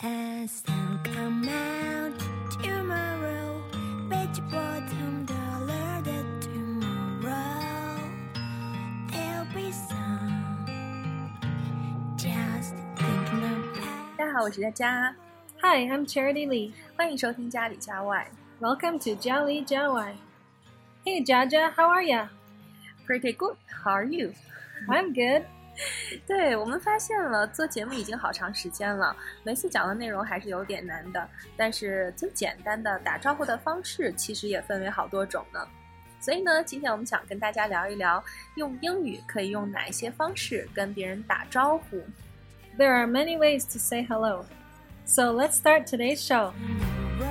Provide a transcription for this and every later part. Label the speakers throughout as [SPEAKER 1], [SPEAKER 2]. [SPEAKER 1] The sun come out tomorrow. Beach bottom dollar that tomorrow there'll be sun. Just thinking about.
[SPEAKER 2] 大家好，我是佳佳，
[SPEAKER 3] Hi, I'm Charity Lee.
[SPEAKER 2] 欢迎收听家里家外
[SPEAKER 3] Welcome to Jolly Jawai. Hey, Jaja, how are ya?
[SPEAKER 2] Pretty Good How are you？
[SPEAKER 3] I'm good.
[SPEAKER 2] 对我们发现了做节目已经好长时间了，每次讲的内容还是有点难的，但是最简单的打招呼的方式其实也分为好多种呢。所以呢，今天我们想跟大家聊一聊，用英语可以用哪一些方式跟别人打招呼。
[SPEAKER 3] There are many ways to say hello. So let's start today's show.
[SPEAKER 1] tomorrow.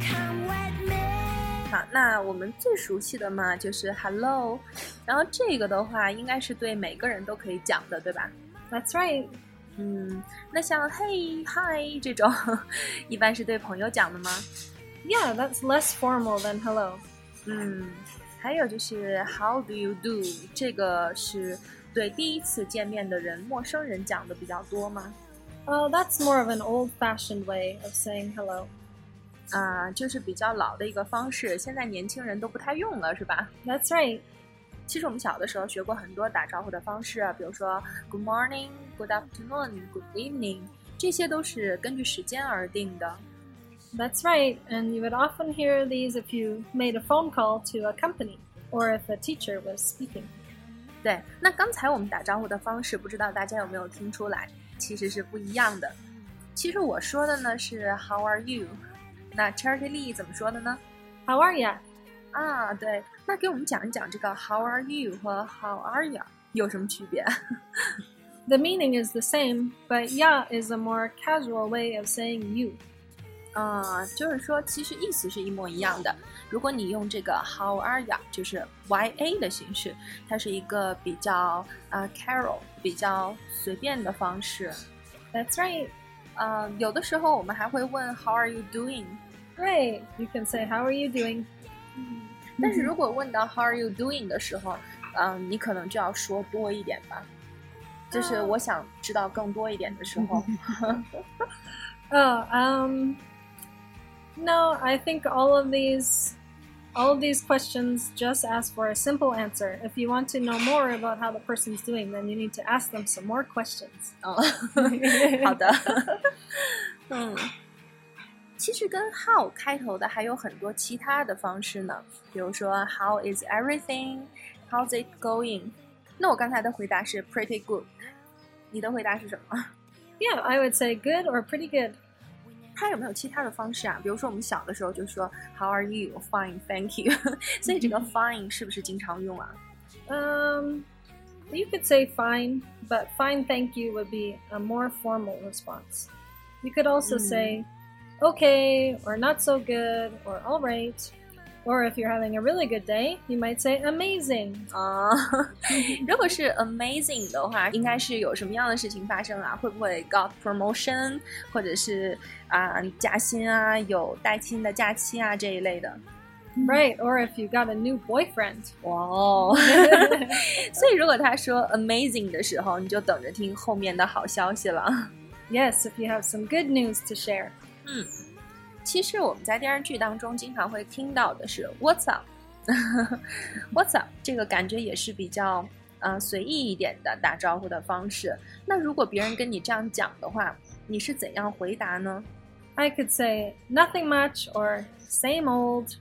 [SPEAKER 1] Come with me.
[SPEAKER 2] 好，那我们最熟悉的嘛就是 hello，然后这个的话应该是对每个人都可以讲的，对吧？
[SPEAKER 3] That's right.
[SPEAKER 2] 嗯，那像 Hey、Hi 这种， 一般是对朋友讲的吗？
[SPEAKER 3] Yeah, that's less formal than hello.
[SPEAKER 2] 嗯，还有就是 How do you do？这个是对第一次见面的人、陌生人讲的比较多吗？
[SPEAKER 3] Oh, that's more of an old fashioned way of saying hello.
[SPEAKER 2] 啊、就是比较老的一个方式，现在年轻人都不太用了，是吧？
[SPEAKER 3] That's right.
[SPEAKER 2] 其实我们小的时候学过很多打招呼的方式啊，比如说 Good morning、Good afternoon、Good evening，这些都是根据时间而定的。
[SPEAKER 3] That's right. And you would often hear these if you made a phone call to a company or if a teacher was speaking.
[SPEAKER 2] 对，那刚才我们打招呼的方式，不知道大家有没有听出来，其实是不一样的。其实我说的呢是 How are you？那 Charity Lee 怎么说的呢？
[SPEAKER 3] How are ya?
[SPEAKER 2] 啊，对，那给我们讲一讲这个 How are you 和 How are ya 有什么区别？
[SPEAKER 3] The meaning is the same, but ya is a more casual way of saying you.
[SPEAKER 2] 啊，就是说其实意思是一模一样的。如果你用这个 How are ya，就是 Y A 的形式，它是一个比较啊 Carol 比较随便的方式。
[SPEAKER 3] That's right.
[SPEAKER 2] 呃，有的时候我们还会问 How are you doing？
[SPEAKER 3] Great. You can say, How are you doing?
[SPEAKER 2] 但是如果问到 How are you doing 的时候，嗯、你可能就要说多一点吧，就是我想知道更多一点的时候，
[SPEAKER 3] Oh, um, no, I think all of these. All of these questions just ask for a simple answer. If you want to know more about how the person's doing, then you need to ask them some more questions.
[SPEAKER 2] 嗯， 好的，嗯，其实跟 How 开头的还有很多其他的方式呢，比如说 How is everything？How's it going？那我刚才的回答是 Pretty good，你的回答是什么？
[SPEAKER 3] Yeah, I would say good or pretty good.
[SPEAKER 2] 它有没有其他的方式啊？比如说我们小的时候就说 How are you? Fine, thank you 。 所以这个 fine 是不是经常用啊？
[SPEAKER 3] Um, you could say fine, but fine, thank you would be a more formal response. You could also say okay, or not so good, or all right. Or if you're having a really good day, you might say amazing.
[SPEAKER 2] 啊、 如果是 amazing 的话，应该是有什么样的事情发生啊？会不会 got promotion，或者是啊、加薪啊，有带薪的假期啊这一类的？
[SPEAKER 3] Right, or if you got a new boyfriend.
[SPEAKER 2] 哇哦！所以如果他说 amazing 的时候，你就等着听后面的好消息了。
[SPEAKER 3] Yes, if you have some good news to share.
[SPEAKER 2] 其实我们在电视剧当中经常会听到的是 “What's up”，“What's up” 这个感觉也是比较呃随意一点的打招呼的方式。那如果别人跟你这样讲的话，你是怎样回答呢？
[SPEAKER 3] I could say nothing much or same old.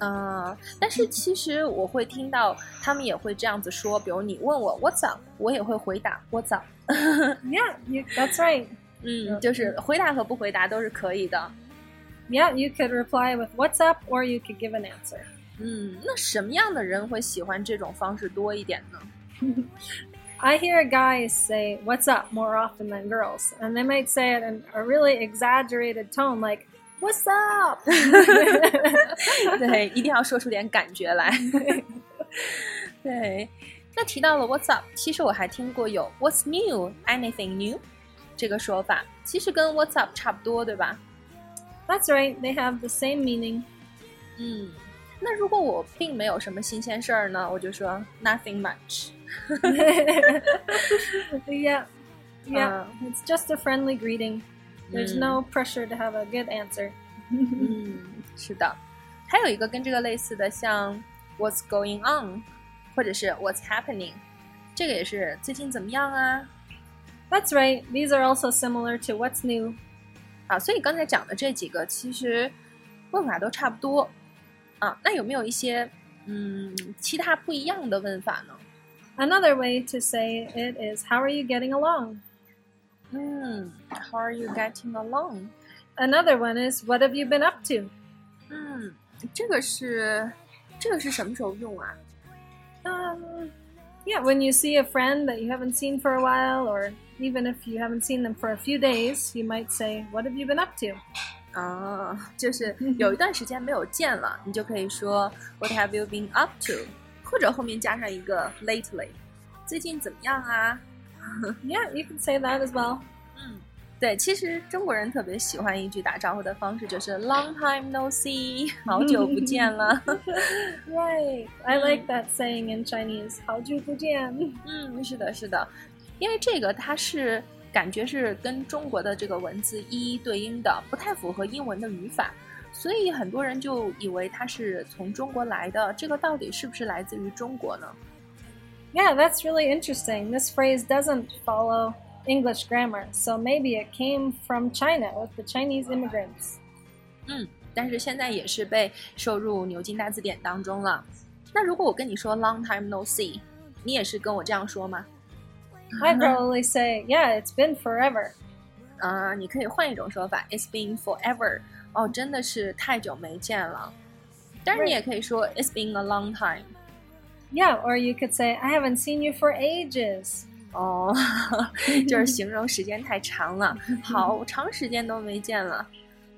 [SPEAKER 2] 呃，但是其实我会听到他们也会这样子说，比如你问我 “What's up”，我也会回答 “What's up”。
[SPEAKER 3] Yeah, you, that's right.
[SPEAKER 2] 嗯，就是回答和不回答都是可以的。
[SPEAKER 3] Yeah, you could reply with what's up or you could give an answer.
[SPEAKER 2] 嗯，那什么样的人会喜欢这种方式多一点呢？
[SPEAKER 3] I hear guys say "What's up" more often than girls, and they might say it in a really exaggerated tone, like "What's up."
[SPEAKER 2] 对，一定要说出点感觉来。 对，那提到了 What's up，其实我还听过有 What's new，anything new 这个说法，其实跟 What's up 差不多，对吧？
[SPEAKER 3] That's right; they have the same meaning.
[SPEAKER 2] 嗯，那如果我并没有什么新鲜事儿呢，我就说 Nothing much。Uh, 啊
[SPEAKER 3] yeah, yeah, it's just a friendly greeting. There's no pressure to have a good answer.
[SPEAKER 2] 嗯，是的。还有一个跟这个类似的，像 What's going on，或者是 What's happening，这个也是最近怎么样啊？
[SPEAKER 3] That's right, these are also similar to what's new.
[SPEAKER 2] 啊，所以刚才讲的这几个其实问法都差不多啊。那有没有一些嗯其他不一样的问法呢？
[SPEAKER 3] Another way to say it is how are you getting along?
[SPEAKER 2] 嗯，How are you getting along？
[SPEAKER 3] Another one is what have you been up to?
[SPEAKER 2] 嗯，这个是这个是什么时候用啊？
[SPEAKER 3] Um, yeah, when you see a friend that you haven't seen for a while, or even if you haven't seen them for a few days, you might say, What have you been up to?
[SPEAKER 2] 啊， 就是有一段时间没有见了，你就可以说 What have you been up to？或者后面加上一个 lately，最近怎么样 啊？
[SPEAKER 3] Yeah, you can say that as well.
[SPEAKER 2] 嗯，对，其实中国人特别喜欢一句打招呼的方式，就是 long time no see，好久不见了。
[SPEAKER 3] Right. I like that saying in Chinese, 好久不见.
[SPEAKER 2] 嗯，是的，是的，因为这个它是感觉是跟中国的这个文字一一对应的，不太符合英文的语法，所以很多人就以为它是从中国来的。这个到底是不是来自于中国呢？
[SPEAKER 3] Yeah, that's really interesting. This phrase doesn't follow English grammar, so maybe it came from China with the Chinese immigrants.
[SPEAKER 2] 嗯，但是现在也是被收入牛津大字典当中了。那如果我跟你说 long time no see，你也是跟我这样说吗？
[SPEAKER 3] I'd probably say, yeah, it's been forever.
[SPEAKER 2] 啊、你可以换一种说法，It's been forever。哦，真的是太久没见了。但是你也可以说 It's been a long time。
[SPEAKER 3] Yeah, or you could say, I haven't seen you for ages.
[SPEAKER 2] 哦， 就是形容时间太长了，好长时间都没见了。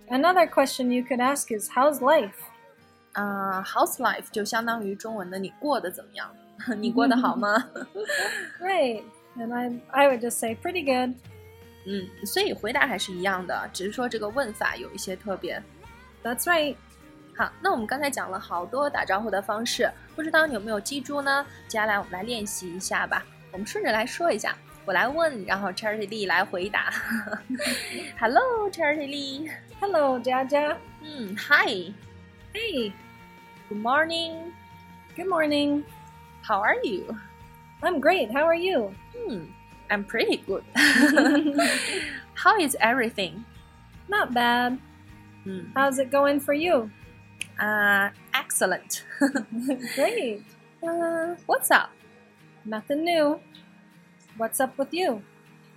[SPEAKER 3] Another question you could ask is, How's life?
[SPEAKER 2] 啊、h o u s e life 就相当于中文的你过得怎么样？ 你过得好吗？
[SPEAKER 3] Great. And I, I would just say, Pretty good.
[SPEAKER 2] 嗯，所以回答还是一样的，只是说这个问法有一些特别。
[SPEAKER 3] That's right.
[SPEAKER 2] 好，那我们刚才讲了好多打招呼的方式，不知道你有没有记住呢？接下来我们来练习一下吧。我们顺着来说一下，我来问，然后 Charity Lee 来回答。Hello, Charity Lee。
[SPEAKER 3] Hello, Jaja.
[SPEAKER 2] 嗯，Hi。
[SPEAKER 3] Hey,
[SPEAKER 2] Good morning.
[SPEAKER 3] good morning.
[SPEAKER 2] How are you?
[SPEAKER 3] I'm great. How are you?
[SPEAKER 2] 嗯，I'm pretty good. How is everything?
[SPEAKER 3] Not bad.
[SPEAKER 2] 嗯
[SPEAKER 3] How's it going for you?
[SPEAKER 2] 啊、e x c e l l e n t
[SPEAKER 3] Great.
[SPEAKER 2] 嗯 What's up?
[SPEAKER 3] Nothing new. What's up with you?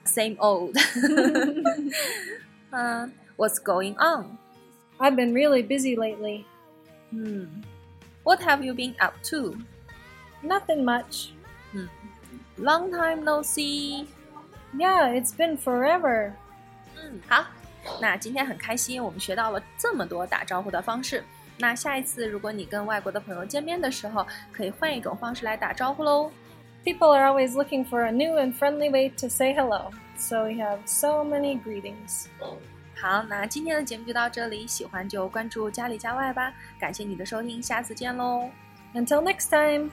[SPEAKER 2] Same old. 嗯、What's going on?
[SPEAKER 3] I've been really busy lately.
[SPEAKER 2] 嗯，What have you been up to?
[SPEAKER 3] Nothing much.
[SPEAKER 2] Long time no see.
[SPEAKER 3] Yeah, it's been forever.
[SPEAKER 2] 嗯，好，那今天很开心，我们学到了这么多打招呼的方式。那下一次如果你跟外国的朋友见面的时候，可以换一种方式来打招呼喽。
[SPEAKER 3] People are always looking for a new and friendly way to say hello, so we have so many greetings.
[SPEAKER 2] 好，那今天的节目就到这里，喜欢就关注家里家外吧，感谢你的收听，下次见喽。
[SPEAKER 3] Until next time!